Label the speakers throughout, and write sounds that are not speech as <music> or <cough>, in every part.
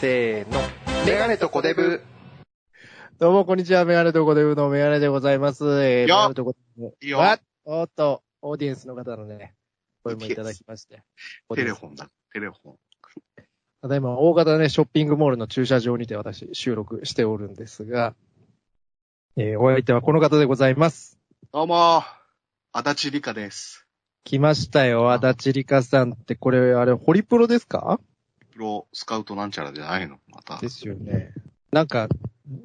Speaker 1: せーの。
Speaker 2: メガネとコデブ。
Speaker 1: どうも、こんにちは。メガネとコデブのメガネでございます。えー、メ
Speaker 2: よっ
Speaker 1: ガネとコデブ。
Speaker 2: いいよ
Speaker 1: わおっと、オーディエンスの方のね、声もいただきま <laughs> して。
Speaker 2: テレフォンだ。テレフォン。
Speaker 1: ただいま、大型ね、ショッピングモールの駐車場にて私、収録しておるんですが、えー、お相手はこの方でございます。
Speaker 2: どうも、足立理香です。
Speaker 1: 来ましたよ、足立里香さんって、これ、あれ、ホリプロですか
Speaker 2: プロスカウトなんちゃらじゃないのまた。い
Speaker 1: ですよね。なんか、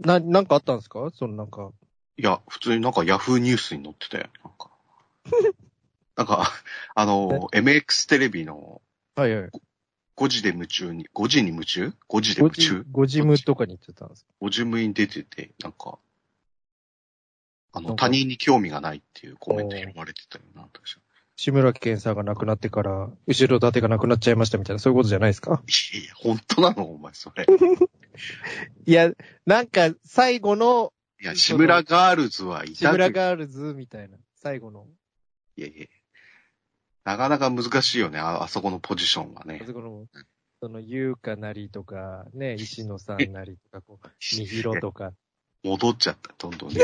Speaker 1: な、なんかあったんですかそのなんか、
Speaker 2: や、普通になんかヤフーニュースに載ってたよ。なんか、 <laughs> なんかあの、MX テレビの
Speaker 1: はいはい。
Speaker 2: 5時で夢中に、5時に夢中 ?5 時で
Speaker 1: ご
Speaker 2: 夢
Speaker 1: じ
Speaker 2: 中、
Speaker 1: ご事務とかに行ってたんですか
Speaker 2: ?5 時夢に出てて、なんか、あ
Speaker 1: な
Speaker 2: の、
Speaker 1: んか
Speaker 2: 他人に興味がないっていうコメント言われてたよな、私は。
Speaker 1: 志村けんさんが亡くなってから、後ろ盾がなくなっちゃいましたみたいな、そういうことじゃないですか
Speaker 2: いやいや、本当なのお前、それ。
Speaker 1: いや、なんか、最後の、
Speaker 2: いや、志村ガールズはいたけ
Speaker 1: 志
Speaker 2: ど
Speaker 1: 村ガールズみたいな、最後の、
Speaker 2: いやいや。なかなか難しいよね、ああそこのポジションは
Speaker 1: あ
Speaker 2: ね。
Speaker 1: そこの、その、優香なりとか、ね、石野さんなりとか、こう、 <laughs> みひろとか、
Speaker 2: 戻っちゃった、どんどん
Speaker 1: <laughs>
Speaker 2: ね。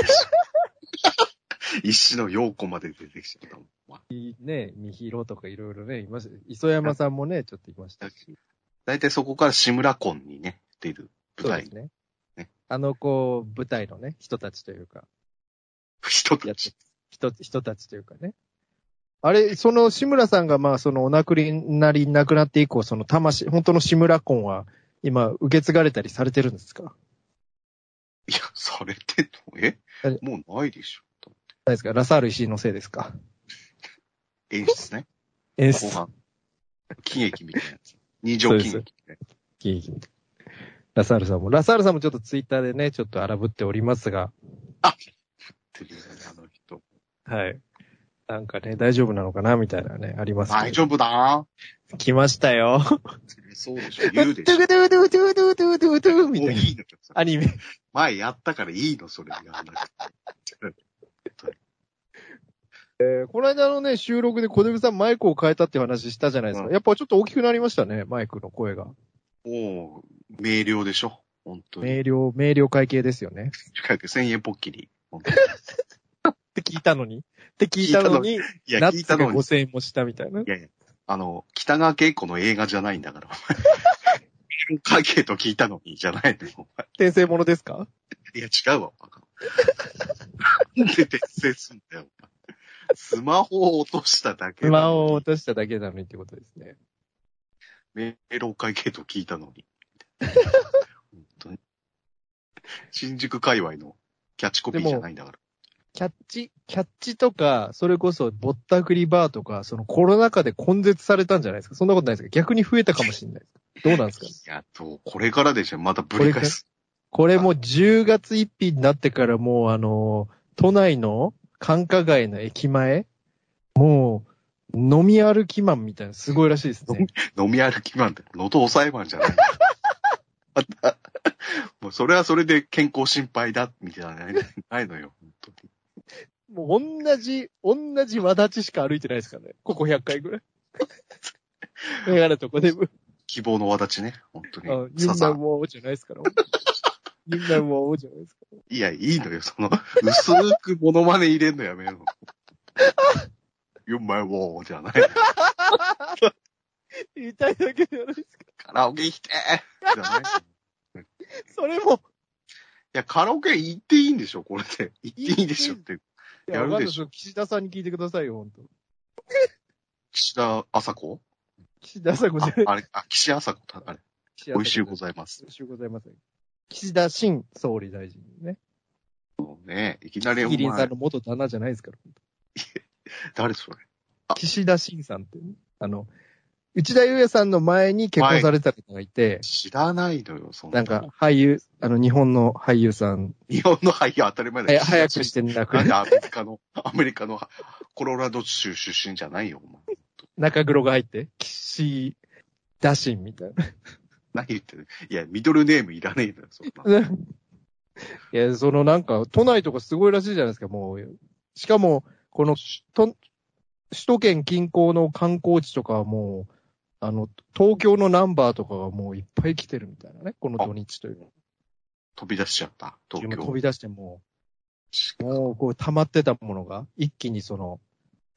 Speaker 2: 一種の陽子まで出てきちゃったもん。まあ
Speaker 1: いね、みひろとかいろいろね、いました。磯山さんもね、ちょっといましたし。
Speaker 2: 大体そこから志村コンにね、出る
Speaker 1: そ
Speaker 2: 舞
Speaker 1: うで
Speaker 2: 台
Speaker 1: す、ね
Speaker 2: ね。
Speaker 1: あの、こう、舞台のね、人たちというか、
Speaker 2: 人た
Speaker 1: や
Speaker 2: ち
Speaker 1: つ。、人、人たちというかね。あれ、その志村さんがまあそのお亡くなりになくなって以降、その魂、本当の志村婚は今受け継がれたりされてるんですか
Speaker 2: いや、されてんのえ
Speaker 1: あれ
Speaker 2: もうないでしょ。
Speaker 1: ないですかラサール石井のせいですか
Speaker 2: 演出ね。
Speaker 1: 演
Speaker 2: 後
Speaker 1: 出
Speaker 2: 半。喜劇みたいなやつ。二条喜劇みたいな。
Speaker 1: 劇みたいラサールさんも、ラサールさんもちょっとツイッターでね、ちょっと荒ぶっておりますが、
Speaker 2: ってるよねあの人。
Speaker 1: はい。なんかね、大丈夫なのかなみたいなね、ありますけど
Speaker 2: 大丈夫だ
Speaker 1: 来ましたよ。
Speaker 2: そうでしょ。言うでし
Speaker 1: トゥ
Speaker 2: ょ。
Speaker 1: クトゥクトゥクトゥクトゥクトゥクトゥクトゥクみ
Speaker 2: も
Speaker 1: た
Speaker 2: う
Speaker 1: いない
Speaker 2: いのよ
Speaker 1: アニメ。
Speaker 2: 前やったからいいの、それ。やらなくて
Speaker 1: えーこの間のね、収録で小出部さんマイクを変えたって話したじゃないですか。
Speaker 2: うん
Speaker 1: やっぱちょっと大きくなりましたね、マイクの声が。
Speaker 2: もう、明瞭でしょ本当に。
Speaker 1: 明瞭、明瞭会計ですよね。
Speaker 2: 近く1000円ポッキリ。本当に
Speaker 1: って聞いたのに。って聞いたのに、
Speaker 2: いや、
Speaker 1: ナ
Speaker 2: 聞
Speaker 1: ッ
Speaker 2: い
Speaker 1: ツ
Speaker 2: た
Speaker 1: が
Speaker 2: のに、
Speaker 1: 5000円もしたみたいな。
Speaker 2: あの、北川景子の映画じゃないんだから、
Speaker 1: <laughs>
Speaker 2: お前。会計と聞いたのに、じゃないの、お前。
Speaker 1: 転生ものですか
Speaker 2: いや、違うわ、バカ。なんで転生すんだよ、お前。スマホを落としただけ。
Speaker 1: 不満を落としただけなのにってことですね。
Speaker 2: メールを会計と聞いたのに。本当に。新宿界隈のキャッチコピーじゃないんだから。
Speaker 1: キャッチ、キャッチとか、それこそぼったくりバーとか、そのコロナ禍で根絶されたんじゃないですか。そんなことないですか逆に増えたかもしれないですどうなんですか
Speaker 2: いや、と、これからでしょ、またぶり返す。
Speaker 1: これもう10月1日になってからもうあの、都内の繁華街の駅前、もう飲み歩きマンみたいなすごいらしいですね。
Speaker 2: 飲み歩きマンって、喉押さえマンじゃない。 <laughs> またもうそれはそれで健康心配だ、みたいなのないないのよ、本当に。
Speaker 1: もう同じ、同じ輪立ちしか歩いてないですからね。ここ100回ぐ <laughs> らい。メガネとこで、
Speaker 2: 希望の輪立ちね、本当
Speaker 1: あの
Speaker 2: に。
Speaker 1: ユ
Speaker 2: さ
Speaker 1: ンナ
Speaker 2: さ
Speaker 1: ン、も王じゃないですから。ユンナンも王じゃないですか。
Speaker 2: いや、いいのよ、その、薄くモノマネ入れんのやめろ。You <laughs> my wall じゃない。
Speaker 1: 言いたいだけじゃないですか。
Speaker 2: カラオケ行きてーじゃない。
Speaker 1: それも、
Speaker 2: いや、カラオケ行っていいんでしょ、これで。行っていいでしょって。
Speaker 1: いわ
Speaker 2: やるでしょ
Speaker 1: かんないすよ岸田さんに聞いてくださいよ、本当
Speaker 2: 岸田朝子
Speaker 1: 岸田さんご
Speaker 2: あ
Speaker 1: じゃない。
Speaker 2: あれ、あ、岸朝子だ、あれ。
Speaker 1: 岸田さ
Speaker 2: 美
Speaker 1: ん
Speaker 2: 味しゅうございます。
Speaker 1: よろしゅうございません。岸田新総理大臣ね。
Speaker 2: ねいきなりお
Speaker 1: イリンさ
Speaker 2: 前
Speaker 1: ん、の元旦那じゃないですから。
Speaker 2: 誰それ
Speaker 1: 岸田新さんってね、あの、内田祐也さんの前に結婚されてた方がいて、
Speaker 2: 知らないのよ、そんな。
Speaker 1: なんか俳優、あの、日本の俳優さん、
Speaker 2: 日本の俳優当たり前だ
Speaker 1: は
Speaker 2: よ。
Speaker 1: や早くしてなく
Speaker 2: なん、でアメリカの、アメリカのコロラド州出身じゃないよ、お前。
Speaker 1: 中黒が入って、岸田新みたいな。
Speaker 2: 何言ってるいや、ミドルネームいらねえのよ、そんな。
Speaker 1: <laughs> いや、そのなんか、都内とかすごいらしいじゃないですか、もう。しかも、この、と、首都圏近郊の観光地とかはもう、あの、東京のナンバーとかがもういっぱい来てるみたいなね、この土日というか。
Speaker 2: 飛び出しちゃった、東
Speaker 1: 今飛
Speaker 2: 京。
Speaker 1: び出してもう、もうこう溜まってたものが、一気にその、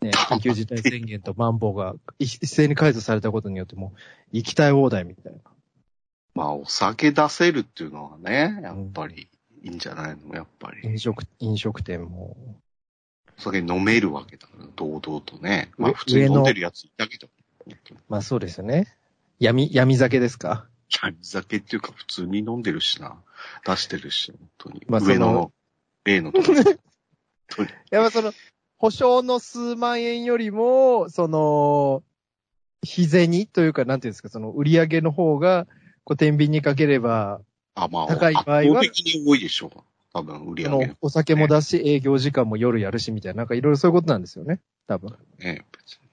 Speaker 1: ね、緊急事態宣言とマンボウが一斉に解除されたことによってもう、行きたい放題みたいな。
Speaker 2: <laughs> まあ、お酒出せるっていうのはね、やっぱり、いいんじゃないのやっぱり。
Speaker 1: 飲食、飲食店も。
Speaker 2: お酒飲めるわけだから、堂々とね。まあ、
Speaker 1: 上
Speaker 2: 普通に飲んでるやついたけど。
Speaker 1: まあそうですよね。闇、闇酒ですか
Speaker 2: 闇酒っていうか、普通に飲んでるしな。出してるし、本当に。
Speaker 1: まあ
Speaker 2: 上野
Speaker 1: そ
Speaker 2: の
Speaker 1: の、
Speaker 2: 例のとこ本当に
Speaker 1: やっぱその、保証の数万円よりも、その、日銭というか、なんていうんですか、その売り上げの方が、こう、天秤にかければ、
Speaker 2: あ、まあ、
Speaker 1: 高い場合は
Speaker 2: 圧倒的に多いでしょう。多分、売り
Speaker 1: そ
Speaker 2: 上げ
Speaker 1: の
Speaker 2: も、
Speaker 1: お酒も出し、営業時間も夜やるし、みたいな、なんかいろいろそういうことなんですよね。多分。
Speaker 2: ね、別に。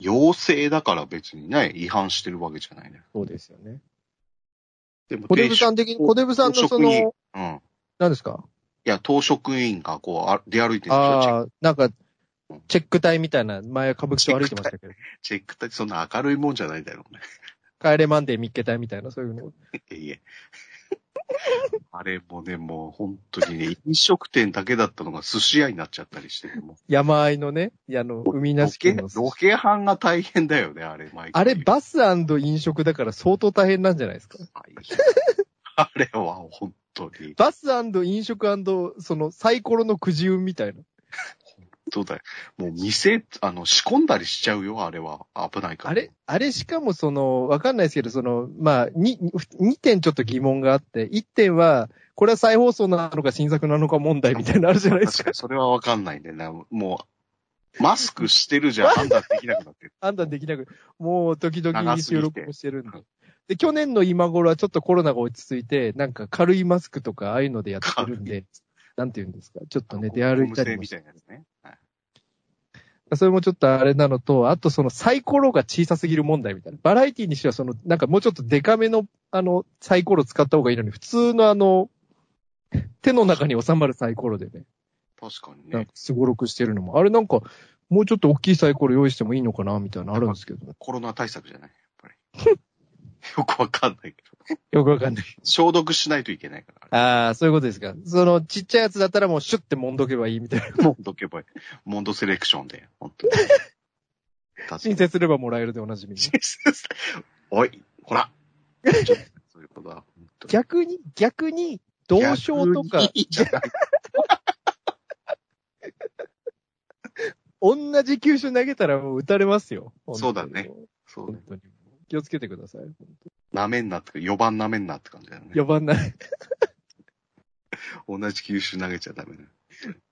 Speaker 2: 陽性だから別にね、違反してるわけじゃないね。
Speaker 1: そうですよね。
Speaker 2: でも
Speaker 1: 小デブさん的に、小デブさんのそ
Speaker 2: 職員
Speaker 1: の、
Speaker 2: うん。い
Speaker 1: 何ですか
Speaker 2: や、当職員がこうあ、出歩いてるんですよ。
Speaker 1: ああ、なんか、チェック隊みたいな、前歌舞伎町歩いてましたけど、
Speaker 2: チェックってそんな明るいもんじゃないだろうね。
Speaker 1: 帰れマンデー見っけ隊みたいな、そういうの。
Speaker 2: いえいえ。あれもね、もう本当に
Speaker 1: <laughs>
Speaker 2: ね、飲食店だけだったのが寿司屋になっちゃったりしてね、もう
Speaker 1: 山あいのね、いやあの、海な
Speaker 2: ロ
Speaker 1: し
Speaker 2: ケ、
Speaker 1: 県の。
Speaker 2: ロケ班が大変だよね、あれ、毎回。
Speaker 1: あれ、バス飲食だから相当大変なんじゃないですか
Speaker 2: 大変 <laughs> あれは本当に。
Speaker 1: バス飲食そのサイコロのくじ運みたいな。
Speaker 2: どうだいもう店、あの、仕込んだりしちゃうよ、あれは。危ないから。
Speaker 1: あれ、あれしかもその、わかんないですけど、その、まあ、に、2点ちょっと疑問があって、1点は、これは再放送なのか新作なのか問題みたいなのあるじゃないです
Speaker 2: 確か
Speaker 1: か。
Speaker 2: に、それはわかんないんだよな。もう、マスクしてるじ
Speaker 1: <laughs>
Speaker 2: ゃん、判断できなくなってる。
Speaker 1: <laughs> 判断できなく、もう時々に収録もしてるんで
Speaker 2: 長すぎ。
Speaker 1: で、去年の今頃はちょっとコロナが落ち着いて、なんか軽いマスクとかああいうのでやってるんで、なんて言うんですか。ちょっとね、出歩いたりも
Speaker 2: み
Speaker 1: して
Speaker 2: たいなやつね。はい
Speaker 1: それもちょっとあれなのと、あとそのサイコロが小さすぎる問題みたいな。バラエティにしてはその、なんかもうちょっとデカめの、あの、サイコロ使った方がいいのに、普通のあの、手の中に収まるサイコロでね、
Speaker 2: 確かに
Speaker 1: なん
Speaker 2: ね
Speaker 1: か。すごろくしてるのも、あれなんか、もうちょっと大きいサイコロ用意してもいいのかな、みたいなのあるんですけど、
Speaker 2: コロナ対策じゃない、やっぱり。 <laughs> よくわかんないけど。
Speaker 1: よくわかんない。
Speaker 2: 消毒しないといけないから。
Speaker 1: ああ、そういうことですか。その、ちっちゃいやつだったらもうシュッてもんどけばいいみたいな。
Speaker 2: モンドけばいい。モンドセレクションで、本当に。確
Speaker 1: <laughs> 申
Speaker 2: か
Speaker 1: 請すればもらえるでおなじみの。
Speaker 2: に。おい、ほら。そういうことだ。
Speaker 1: 逆に、逆に、同症とか
Speaker 2: 逆、にじゃない
Speaker 1: 同じ球種投げたらもう打たれますよ。
Speaker 2: そうだね。そうね
Speaker 1: 本。当に。気をつけてください。
Speaker 2: なめんなってか、4番なめんなって感じだよね。
Speaker 1: 呼ばない。
Speaker 2: 同じ球種投げちゃダメだよ。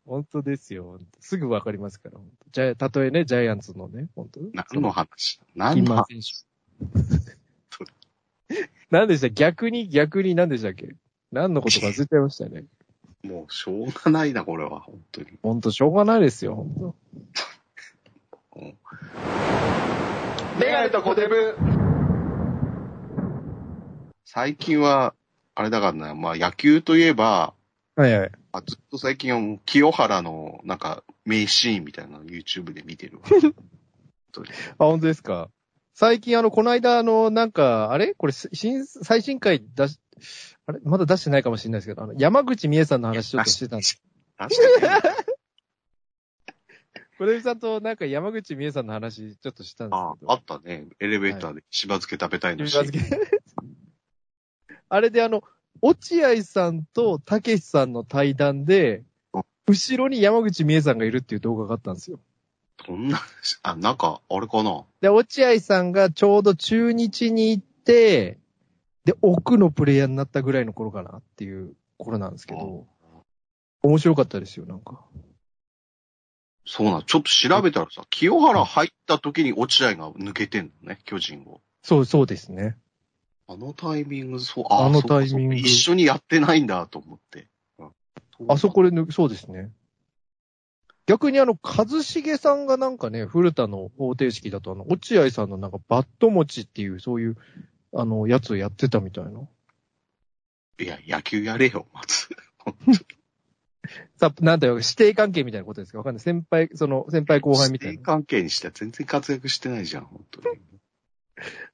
Speaker 1: 本当ですよ。本当すぐわかりますから。本当じゃあ、たとえね、ジャイアンツのね、本当
Speaker 2: 何の話何
Speaker 1: 金
Speaker 2: の
Speaker 1: 馬
Speaker 2: 話
Speaker 1: 選手。何でした逆に、逆に何でしたっけ何のことか忘れちゃいましたね。
Speaker 2: もう、しょうがないな、これは。本当に。
Speaker 1: 本当しょうがないですよ、本
Speaker 2: うん
Speaker 1: 当メガネとコテブ
Speaker 2: 最近は、あれだからな、まあ、野球といえば、
Speaker 1: はいはい。
Speaker 2: あずっと最近はもう清原の、なんか、名シーンみたいなの YouTube で見てるわ。
Speaker 1: あ、本当ですか最近あの、この間あの、なんか、あれこれ、新、最新回出し、あれまだ出してないかもしれないですけど、あの、山口美恵さんの話ちょっとしてたんです
Speaker 2: 出してね
Speaker 1: 小出さんとなんか山口美恵さんの話ちょっとしたんです
Speaker 2: あ
Speaker 1: け、ど。
Speaker 2: <laughs> あったね。エレベーターでしば漬け食べたいの
Speaker 1: 中華
Speaker 2: し。
Speaker 1: 漬け <laughs> あれであの、落合さんとたけしさんの対談で、後ろに山口美恵さんがいるっていう動画があったんですよ。
Speaker 2: <laughs> そんな、あ、なんか、あれかな。
Speaker 1: で、落合さんがちょうど中日に行って、で、奥のプレイヤーになったぐらいの頃かなっていう頃なんですけど、面白かったですよ、なんか。
Speaker 2: そうなん、ちょっと調べたらさ、清原入った時に落合が抜けてんのね、巨人を。
Speaker 1: そう、そうですね。
Speaker 2: あのタイミング、そう、あ
Speaker 1: あの
Speaker 2: そうかそうか
Speaker 1: タイミング
Speaker 2: 一緒にやってないんだと思って。
Speaker 1: あそこで抜そうですね。逆にあの、一茂さんがなんかね、古田の方程式だと、あの、落合さんのなんかバット持ちっていう、そういう、あの、やつをやってたみたいな。
Speaker 2: いや、野球やれよ、まず。
Speaker 1: さ、なんだよ、指定関係みたいなことですかわかんない。先輩、その、先輩後輩みたい
Speaker 2: 師弟
Speaker 1: な。
Speaker 2: 関係にしては全然活躍してないじゃん、本当に。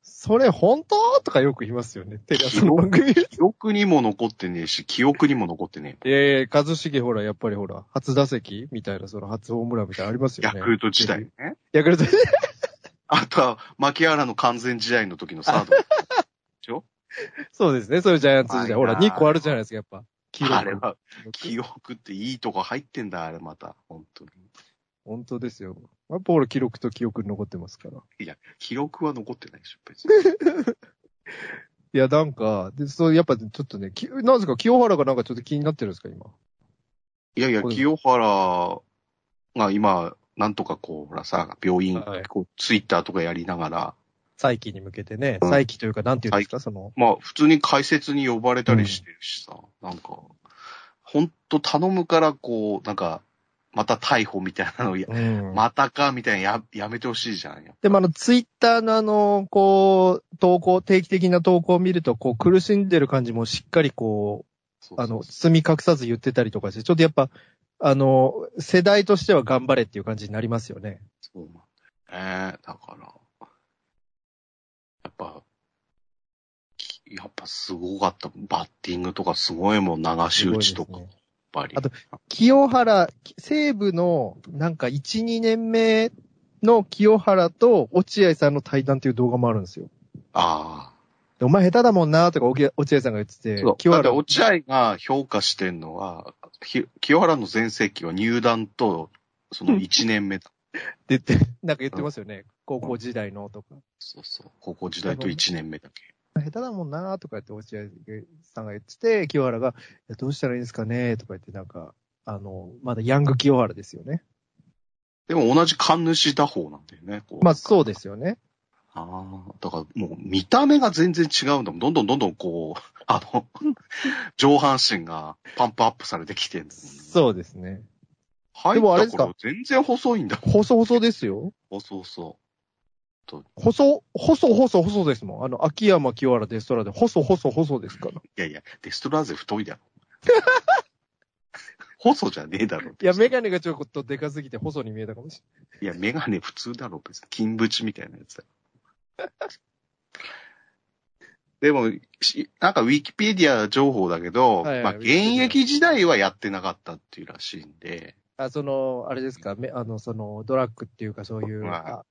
Speaker 1: それ本当とかよく言いますよね。テレ朝の番
Speaker 2: <laughs>
Speaker 1: 組。い
Speaker 2: 記憶にも残ってねえし、記憶にも残ってね
Speaker 1: やいや、一茂ほら、やっぱりほら、初打席みたいな、その初ホームランみたいなのあります
Speaker 2: え。
Speaker 1: よ
Speaker 2: ヤ
Speaker 1: ね。
Speaker 2: クルト時代ね。
Speaker 1: ヤクルト。
Speaker 2: あとは、牧原の完全試合の時のサード。でしょ
Speaker 1: <laughs> そうですね。それジャイアンツ時代。ほら、
Speaker 2: うまいな
Speaker 1: 2個あるじゃないですか、やっぱ。黄色い
Speaker 2: あれは、記憶っていいとこ入ってんだ、あれまた。本当に。
Speaker 1: 本当ですよ。やっぱ俺記録と記憶に残ってますから。
Speaker 2: 記録は残ってないでしょ、別に。
Speaker 1: いや、なんか、で、そう、やっぱちょっとね、きなんですか、清原がなんかちょっと気になってるんですか、今。
Speaker 2: いやいや、
Speaker 1: これ
Speaker 2: 清原が今、なんとかこう、ほらさ、病院、
Speaker 1: はい
Speaker 2: こう、ツイッターとかやりながら、
Speaker 1: 再起に向けてね、
Speaker 2: うん
Speaker 1: 再起というか、なんていうんですか、その、
Speaker 2: まあ、普通に解説に呼ばれたりしてるしさ、なんか、ほんと頼むから、こう、なんか、また逮捕みたいなのや、
Speaker 1: うん。
Speaker 2: またかみたいなや、やめてほしいじゃん。やっぱ
Speaker 1: でもあの、ツイッターのあの、こう、投稿、定期的な投稿を見ると、こう、苦しんでる感じもしっかりこ
Speaker 2: そ
Speaker 1: う、
Speaker 2: うそう
Speaker 1: あ
Speaker 2: そう
Speaker 1: の、包み隠さず言ってたりとかして、ちょっとやっぱ、あの、世代としては頑張れっていう感じになりますよね。
Speaker 2: そうなんだよね。だから、やっぱ、きやっぱすごかった。バッティングとかすごいもん、流し打ちと
Speaker 1: すごい
Speaker 2: か、や
Speaker 1: で
Speaker 2: っ
Speaker 1: すね
Speaker 2: ぱり。
Speaker 1: あと清原、西部の、なんか1、2年目の清原と落合さんの対談っていう動画もあるんですよ。
Speaker 2: あ
Speaker 1: でお前下手だもんなとか、おけ落合さんが言って
Speaker 2: あ。
Speaker 1: て
Speaker 2: そう、
Speaker 1: 清
Speaker 2: だって
Speaker 1: 原、
Speaker 2: 落合が評価してんのは、ひ清原の全盛期は入団と、その1年目だ。
Speaker 1: って言って、 <laughs> なんか言ってますよね。高校時代のとか。
Speaker 2: そうそう。高校時代と1年目だけ。
Speaker 1: 下手だもんなとか言って、落合さんが言ってて、清原が、いやどうしたらいいんですかねとか言って、なんか、あの、まだヤング清原ですよね。
Speaker 2: でも同じ神主打法なんだよね。こう
Speaker 1: まあそうですよね。
Speaker 2: ああ、だからもう見た目が全然違うんだもん。どんどんどんどんこう、あの、上半身がパンプアップされてきてるんだもんね、
Speaker 1: そうですね。
Speaker 2: 入
Speaker 1: でもあれ
Speaker 2: っ
Speaker 1: ですか
Speaker 2: た頃全然細いんだもん。
Speaker 1: 細細ですよ。
Speaker 2: そうそう。
Speaker 1: 細、細細細ですもん。あの、秋山清原デストラで、細細細ですから。
Speaker 2: いやいや、デストラーゼ太いだろ。細じゃねえだろ。
Speaker 1: いや、メガネがちょっとでかすぎて細に見えたかもし
Speaker 2: いや、メガネ普通だろ、別に。金縁みたいなやつだよ。 <laughs> でも、しなんかウィキペディア情報だけど、
Speaker 1: はいはい
Speaker 2: まあ、
Speaker 1: ウィキペディ
Speaker 2: 現
Speaker 1: ア
Speaker 2: 役時代はやってなかったっていうらしいんで、
Speaker 1: れない。あ、その、あれですか、めあの、その、ドラッグっていうかそういう。
Speaker 2: はい
Speaker 1: あ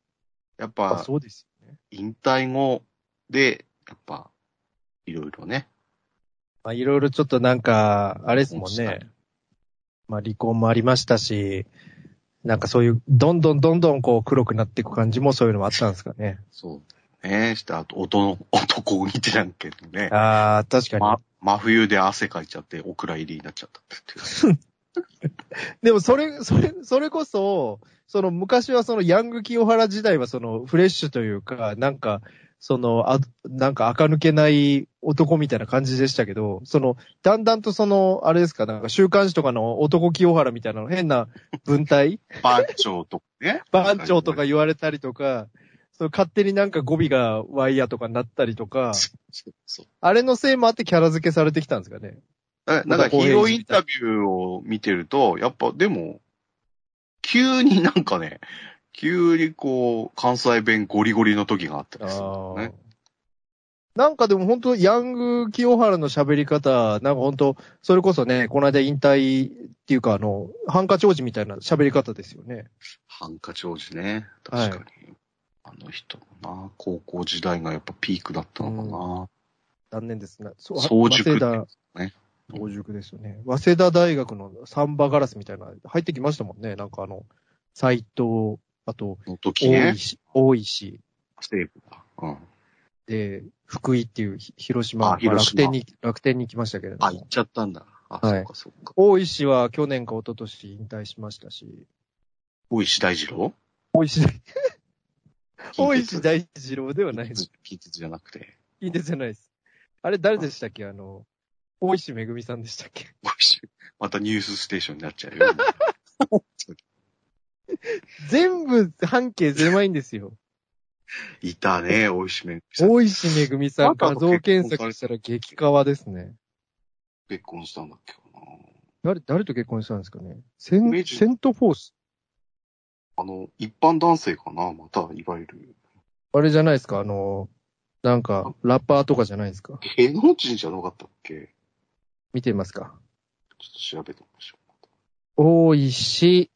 Speaker 2: やっ
Speaker 1: あ
Speaker 2: ぱ、
Speaker 1: そうですよね。
Speaker 2: 引退後で、やっぱ、いろいろね。
Speaker 1: まあ、いろいろちょっとなんか、あれですもん
Speaker 2: そうです
Speaker 1: ね。まあ、離婚もありましたし、なんかそういう、どんどんどんどんこう黒くなっていく感じもそういうのもあったんですかね。
Speaker 2: そうね。して、あと、男、男気じゃんけどね。
Speaker 1: ああ、確かに。
Speaker 2: ま、真冬で汗かいちゃって、オクラ入りになっちゃったっていう。
Speaker 1: でもそれ、それ、それこそ、その昔はそのヤング清原時代はそのフレッシュというか、なんか、その、あ、なんか垢抜けない男みたいな感じでしたけど、その、だんだんとその、あれですか、なんか週刊誌とかの男清原みたいなの変な文 <laughs> 体。
Speaker 2: 番長とかね
Speaker 1: 番長とか言われたりとか、その勝手になんか語尾がワイヤーとかになったりとか、
Speaker 2: そうそう。
Speaker 1: あれのせいもあってキャラ付けされてきたんですかね。
Speaker 2: だからなんかヒーローインタビューを見てると、やっぱでも、急になんかね、急にこう、関西弁ゴリゴリの時があったりするんだよね。
Speaker 1: なんかでも本当、ヤング清原の喋り方、なんか本当、それこそね、この間引退っていうか、あの、ハンカチ王子みたいな喋り方ですよね。
Speaker 2: ハンカチ王子ね。確かに。あの人もな、高校時代がやっぱピークだったの
Speaker 1: 残念ですが、そ
Speaker 2: かな。早熟
Speaker 1: 早稲
Speaker 2: ってね。
Speaker 1: 田、早熟ですよね。早稲田大学のサンバガラスみたいな、入ってきましたもんね。なんかあの、斎藤、あと、
Speaker 2: の時
Speaker 1: 大
Speaker 2: ね。
Speaker 1: 石、大石
Speaker 2: セーブが。うん。
Speaker 1: で、福井っていうひ広島、
Speaker 2: あ広
Speaker 1: まあ
Speaker 2: 島
Speaker 1: 楽天に、楽天に来ましたけれど
Speaker 2: あ、行っ
Speaker 1: も。
Speaker 2: ちゃったんだ。あ、
Speaker 1: はい
Speaker 2: そっかそっか。
Speaker 1: 大石は去年か一昨年引退しましたし、
Speaker 2: 大石大二郎
Speaker 1: 大石大石大二郎ではないです。
Speaker 2: ピーテじゃなくて。
Speaker 1: いいですじゃないです。あれ誰でしたっけあの、大石めぐみさんでしたっけ
Speaker 2: 美味しいまたニュースステーションになっちゃうよ。
Speaker 1: 全部半径狭いんですよ。
Speaker 2: いたね、美味しめ。
Speaker 1: <laughs> 大石めぐみさん、
Speaker 2: あ
Speaker 1: 画
Speaker 2: なたと結婚
Speaker 1: 像検索したら激カワですね。
Speaker 2: 結婚したんだっけかな。
Speaker 1: 誰、誰と結婚したんですかねセ
Speaker 2: 明
Speaker 1: ン、
Speaker 2: 治
Speaker 1: セントフォース。
Speaker 2: あの、一般男性かな、また、いわゆる。
Speaker 1: あれじゃないですかあの、なんか、ラッパーとかじゃないですか
Speaker 2: 芸能人じゃなかったっけ
Speaker 1: 見てみますか
Speaker 2: ちょっと調べてみましょう。
Speaker 1: 多いし、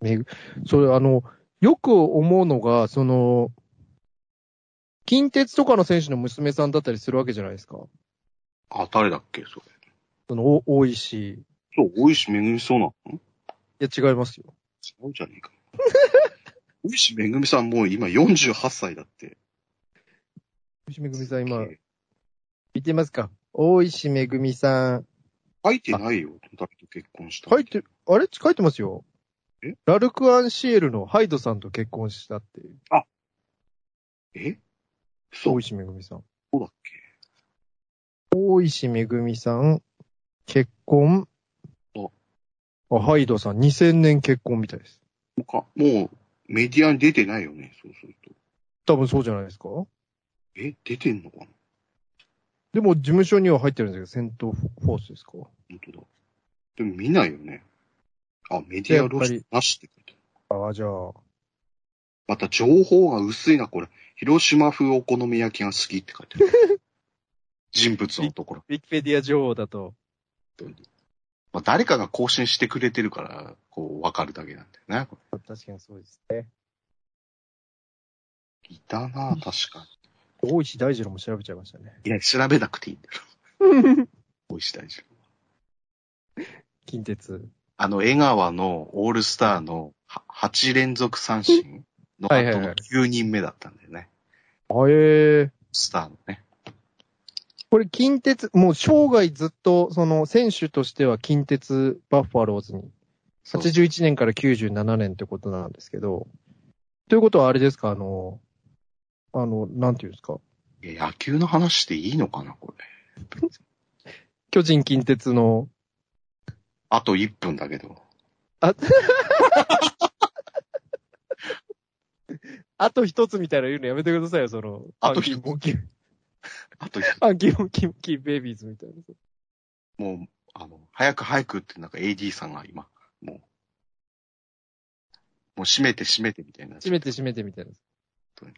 Speaker 1: めぐ、それあの、よく思うのが、その、近鉄とかの選手の娘さんだったりするわけじゃないですか。
Speaker 2: あ、誰だっけそれ。
Speaker 1: その、お多いし。
Speaker 2: そう、大石めぐみそうなの
Speaker 1: いや、違いますよ。
Speaker 2: 違うじゃねえか。
Speaker 1: <laughs>
Speaker 2: 大石めぐみさんもう今48歳だって。
Speaker 1: 大石めぐみさん今、見てますか大石めぐみさん。
Speaker 2: 書いてないよ。誰と結婚した
Speaker 1: 書いて、あれ書いてますよ。
Speaker 2: え
Speaker 1: ラルク・アンシエルのハイドさんと結婚したっていう。
Speaker 2: えそう
Speaker 1: 大、石めぐみさん。
Speaker 2: そうだっけ
Speaker 1: 大石めぐみさん、結婚。あ、ハイドさん、2000年結婚みたいです。
Speaker 2: もうかもうメディアに出てないよね、そうすると。
Speaker 1: 多分そうじゃないですか
Speaker 2: え、出てんのかな
Speaker 1: でも、事務所には入ってるんですけど、戦闘フォースですか
Speaker 2: 本当だ。でも見ないよね。あ、メディア露出なしって書いてある
Speaker 1: ああ、じゃあ。
Speaker 2: また情報が薄いな、これ。広島風お好み焼きが好きって書いてある。
Speaker 1: <laughs>
Speaker 2: 人物のところ。
Speaker 1: ウィキペディア女王だと。
Speaker 2: まあ、誰かが更新してくれてるから、こう、わかるだけなんだよね。こ
Speaker 1: 確かにそうですね。
Speaker 2: れいたな確か
Speaker 1: 大石大二郎も調べちゃいましたね。
Speaker 2: に。いや、調べなくていいんだよ。
Speaker 1: <laughs>
Speaker 2: 大石大丈夫。
Speaker 1: 近鉄。
Speaker 2: あの、江川のオールスターのは8連続三振の
Speaker 1: はいはい
Speaker 2: 後
Speaker 1: はい
Speaker 2: の9人目だったんだよね。
Speaker 1: あええ
Speaker 2: スターのね。
Speaker 1: これ近鉄、もう生涯ずっと、その選手としては近鉄バッファローズに、
Speaker 2: そう
Speaker 1: 81年から97年ってことなんですけど、ということはあれですか、あの、あの、なんていうんですか、
Speaker 2: いや野球の話でいいのかな、これ。
Speaker 1: 巨人近鉄の、
Speaker 2: あと1分だけど。
Speaker 1: あと一つみたいな言うのやめてくださいよ、その、
Speaker 2: あと一つ
Speaker 1: ファンキーモンキー、
Speaker 2: あと、
Speaker 1: ファンキーモンキーモンキーベイビーズみたいな。
Speaker 2: もう、あの、早く早くってなんか AD さんが今、もう、もう閉めて閉めてみたいな。
Speaker 1: 閉めて閉めてみたいな
Speaker 2: どういう。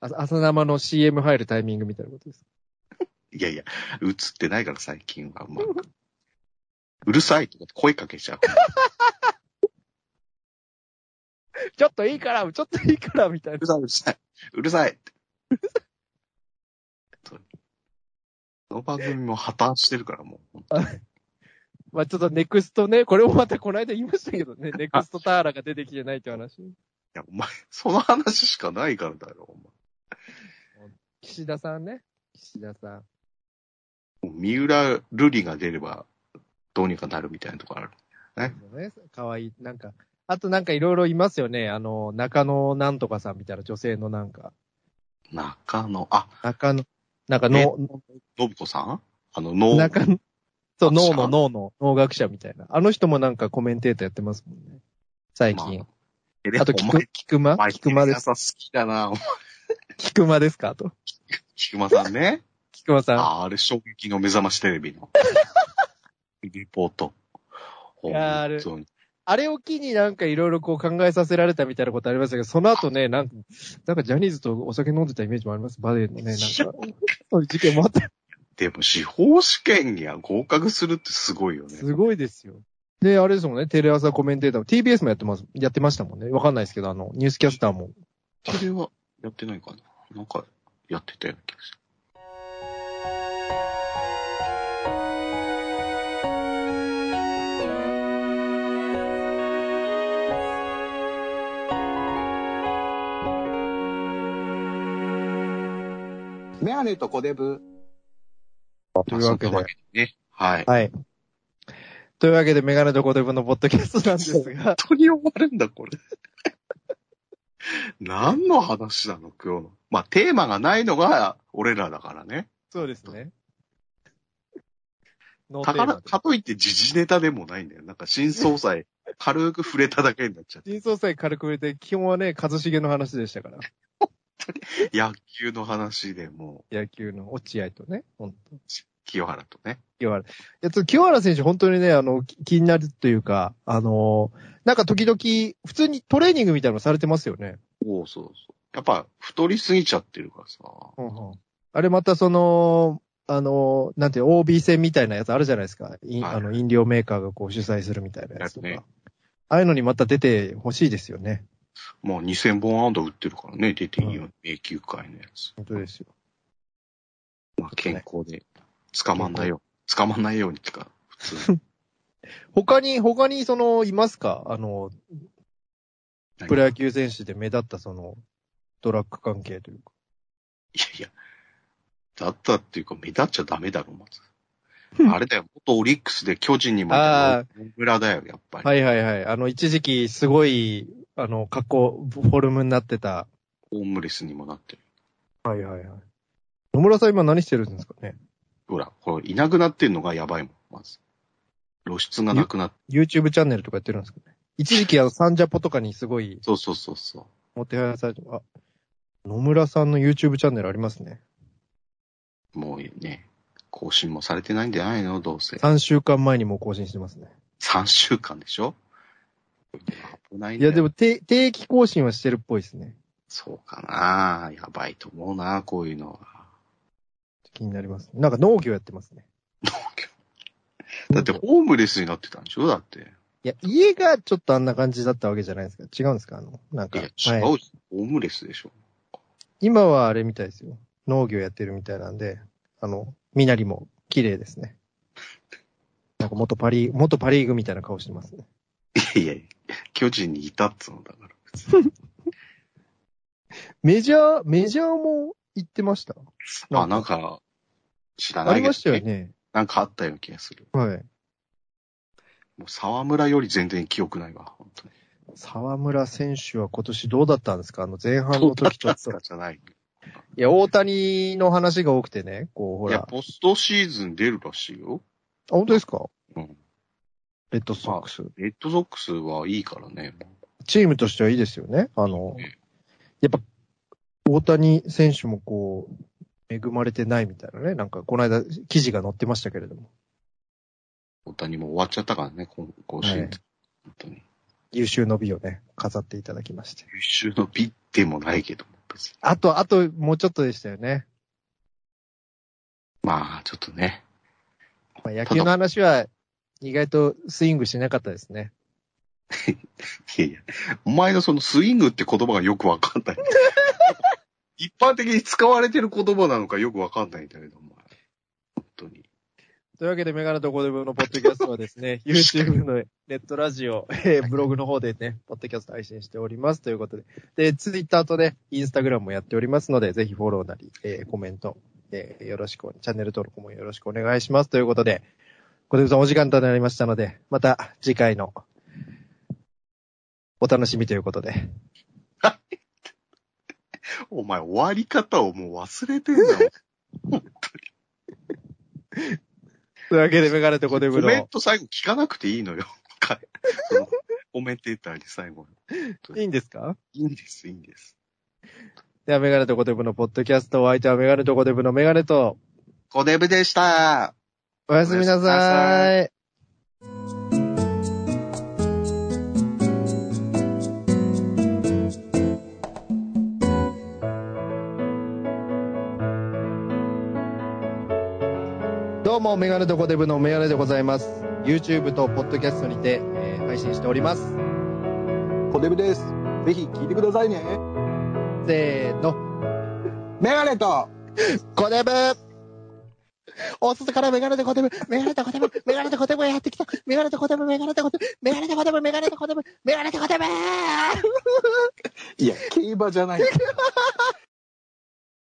Speaker 1: あ朝生の CM 入るタイミングみたいなことです。
Speaker 2: いやいや、映ってないから最近は、うまく。うるさいとかって声かけちゃ
Speaker 1: <laughs>
Speaker 2: う。う
Speaker 1: ちょっといいから、ちょっといいから、みたいな
Speaker 2: る。さい、うるさい。うるさいって。本当にこの番組も破綻してるからもう。
Speaker 1: まあちょっとネクストね、これもまたこの間言いましたけどね、ネクストターラが出てきてないって話。
Speaker 2: いや、お前、その話しかないからだろ、お
Speaker 1: 岸田さんね。岸田さん。
Speaker 2: 前。もう三浦瑠麗が出れば、どうにかなるみたいなとこある。
Speaker 1: ね、かわいい。なんか、あとなんかいろいろいますよね。あの、中野なんとかさんみたいな女性のなんか、
Speaker 2: 中野、あ、
Speaker 1: 中野、なんかの、
Speaker 2: 信子さんあの、脳
Speaker 1: 中野、そう、
Speaker 2: 学者
Speaker 1: 脳の脳の、脳学者みたいな。あの人もなんかコメンテーターやってますもんね。最近。
Speaker 2: えで
Speaker 1: あと、
Speaker 2: お
Speaker 1: 聞
Speaker 2: 前
Speaker 1: く、聞くま
Speaker 2: お前
Speaker 1: 聞くま
Speaker 2: テ
Speaker 1: で
Speaker 2: レ
Speaker 1: す。
Speaker 2: 朝好きだな、お前
Speaker 1: 聞くまですかと。
Speaker 2: 菊間さんね。
Speaker 1: 聞くまさん。
Speaker 2: あーあれ、衝撃の目覚ましテレ
Speaker 1: <laughs>
Speaker 2: ビの。リポート。
Speaker 1: いやーあれ
Speaker 2: 本当に
Speaker 1: あれを機になんかいろいろこう考えさせられたみたいなことありましたけど、その後ね、なんか、なんかジャニーズとお酒飲んでたイメージもあります。バデーのね、なんか、そういう事件もあった。
Speaker 2: でも、司法試験には合格するってすごいよね。
Speaker 1: すごいですよ。で、あれですもんね、テレ朝コメンテーターも、TBS もやってます、やってましたもんね。わかんないですけど、あの、ニュースキャスターも。
Speaker 2: それは、やってないかななんか、やってたような気がする。
Speaker 3: メアネとコデブ。
Speaker 1: というわけ
Speaker 2: ま
Speaker 1: で。。
Speaker 2: あそんなね。はい。
Speaker 1: はい。というわけで、メガネとコデブのポッドキャストなんですが、
Speaker 2: 本当に終わるんだ、これ。 <laughs> 何の話なの、今日の。まあ、テーマがないのが、俺らだからね。
Speaker 1: そうですね。ノー
Speaker 2: だ
Speaker 1: テ
Speaker 2: か
Speaker 1: ー
Speaker 2: ら、
Speaker 1: マで。
Speaker 2: かといって時事ネタでもないんだよ。なんか、新総裁、
Speaker 1: <laughs>
Speaker 2: 軽く触れただけになっちゃって。
Speaker 1: 人相さえ軽く入れて、基本はね、一茂の話でしたから。
Speaker 2: 野球の話でも
Speaker 1: 野球の落合とね、本当
Speaker 2: う、清原とね。
Speaker 1: 清原。いや、ちょっと清原選手、本当にね、あの、き気になるというか、あのーなんか時々、普通にトレーニングみたいなのされてますよね。
Speaker 2: おおそうそう。やっぱ太りすぎちゃってるからさ。
Speaker 1: あれまたその、あの、なんていうの、OB 戦みたいなやつあるじゃないですか。い
Speaker 2: はい
Speaker 1: あの飲料メーカーがこう主催するみたいなやつとか。
Speaker 2: やつね
Speaker 1: ああいうのにまた出てほしいですよね。
Speaker 2: まあ2000本アンダー売ってるからね、出ていいよ、永久会のやつ。
Speaker 1: 本当ですよ。
Speaker 2: まあ健康で。捕まんないよ。捕まんないようにってか、普通に。
Speaker 1: 他に、他にその、いますかあの、プロ野球選手で目立ったその、ドラッグ関係というか。
Speaker 2: いやいや。だったっていうか、目立っちゃダメだろ、まず。あれだよ、元オリックスで巨人に負け
Speaker 1: あ
Speaker 2: た
Speaker 1: あ
Speaker 2: 大村だよ、やっぱり。
Speaker 1: はいはいはい。あの、一時期すごい、あの、格好、フォルムになってた。
Speaker 2: ホームレスにもなってる。
Speaker 1: はいはいはい。野村さん今何してるんですかね
Speaker 2: ほら、これいなくなってんのがやばいもん、まず。露出がなくなって。
Speaker 1: ?YouTube チャンネルとかやってるんですかね一時期あの、サンジャポとかにすごい、
Speaker 2: そうそうそうそう。
Speaker 1: もてはやされて、あ、野村さんの YouTube チャンネルありますね。
Speaker 2: もうね、更新もされてないんじゃないのどうせ。
Speaker 1: 3週間前にもう更新してますね。
Speaker 2: 3週間でしょ危ないん
Speaker 1: い
Speaker 2: だよ
Speaker 1: や、でも、て定期更新はしてるっぽいですね。
Speaker 2: そうかなやばいと思うなこういうのは。
Speaker 1: 気になります。なんか農業やってますね。
Speaker 2: だって、ホームレスになってたんでしょだって。
Speaker 1: いや、家がちょっとあんな感じだったわけじゃないですか。違うんですかあの、なん
Speaker 2: い
Speaker 1: か。
Speaker 2: や、違う、
Speaker 1: はい。
Speaker 2: ホームレスでしょ
Speaker 1: 今はあれみたいですよ。農業やってるみたいなんで、あの、身なりも綺麗ですね。なんか元パリ、元パリーグみたいな顔してますね。
Speaker 2: いやいや、巨人にいたっつうのだから。
Speaker 1: メジャー、メジャーも行ってました
Speaker 2: まあなんか、知ら
Speaker 1: あ
Speaker 2: ない
Speaker 1: り
Speaker 2: けど、
Speaker 1: ましたよね。
Speaker 2: なんかあったような気がする。
Speaker 1: はい。
Speaker 2: もう沢村より全然記憶ないわ、本当に。
Speaker 1: 沢村選手は今年どうだったんですかあの前半の時ちょっと。い
Speaker 2: かじゃない。
Speaker 1: や、大谷の話が多くてね、こう、ほ
Speaker 2: い
Speaker 1: ら。
Speaker 2: や、
Speaker 1: あ、
Speaker 2: ポストシーズン出るらしいよ。
Speaker 1: 本当ですか
Speaker 2: うん。
Speaker 1: レッドソックス。
Speaker 2: レッドソックスはいいからね。
Speaker 1: チームとしてはいいですよね。あの、やっぱ、大谷選手もこう、恵まれてないみたいなね。なんか、この間、記事が載ってましたけれども。
Speaker 2: 大谷も終わっちゃったからね、今今シーズン。
Speaker 1: はい
Speaker 2: 本当に。
Speaker 1: 優秀の美をね、飾っていただきまして。
Speaker 2: 優秀の美でもないけど、別に。
Speaker 1: あと、あと、もうちょっとでしたよね。
Speaker 2: まあ、ちょっとね。
Speaker 1: まあ、野球の話は、意外とスイングしなかったですね。
Speaker 2: いやいや、お前のそのスイングって言葉がよくわかん
Speaker 1: <laughs>
Speaker 2: ない。一般的に使われてる言葉なのかよくわかんないんだけど、お前。本当に。
Speaker 1: というわけで、メガネとコデブのポッドキャストはです <laughs> ね、YouTube のネットラジオ、えーブログの方でね、ポッドキャスト配信しておりますということで。で、Twitter とね、Instagram もやっておりますので、ぜひフォローなり、えーコメント、えーよろしく、チャンネル登録もよろしくお願いしますということで、コデブさんお時間となりましたので、また次回のお楽しみということで。
Speaker 2: お前、終わり方をもう忘れてん
Speaker 1: <laughs>
Speaker 2: だよ。
Speaker 1: というわけで、メガネとコデブ
Speaker 2: コメン
Speaker 1: の、
Speaker 2: ト最後聞かなくていいのよ。コメンテーターに最後。
Speaker 1: いいんですか
Speaker 2: いいんです、いいんです。
Speaker 1: では、メガネとコデブのポッドキャスト、お相手はメガネとコデブのメガネと、
Speaker 2: コデブでした。
Speaker 1: おやすみな
Speaker 2: おやすみな
Speaker 1: さ
Speaker 2: さ
Speaker 1: い。どうも、メガネとコデブのメガネでございます。YouTube とポッドキャストにて、えー配信しております。
Speaker 3: コデブです。ぜひ聞いてくださいね。
Speaker 1: せーの、
Speaker 3: メガネ
Speaker 1: <laughs>
Speaker 3: と
Speaker 1: コデブお外からメガネとコデブ、メガネとコデブ、メガネとコデブがやってきた、メガネとコデブ、メガネとコデブ、メガネとコデブ、メガネとコデブ、メガネとコデブ
Speaker 3: いや、競馬じゃない。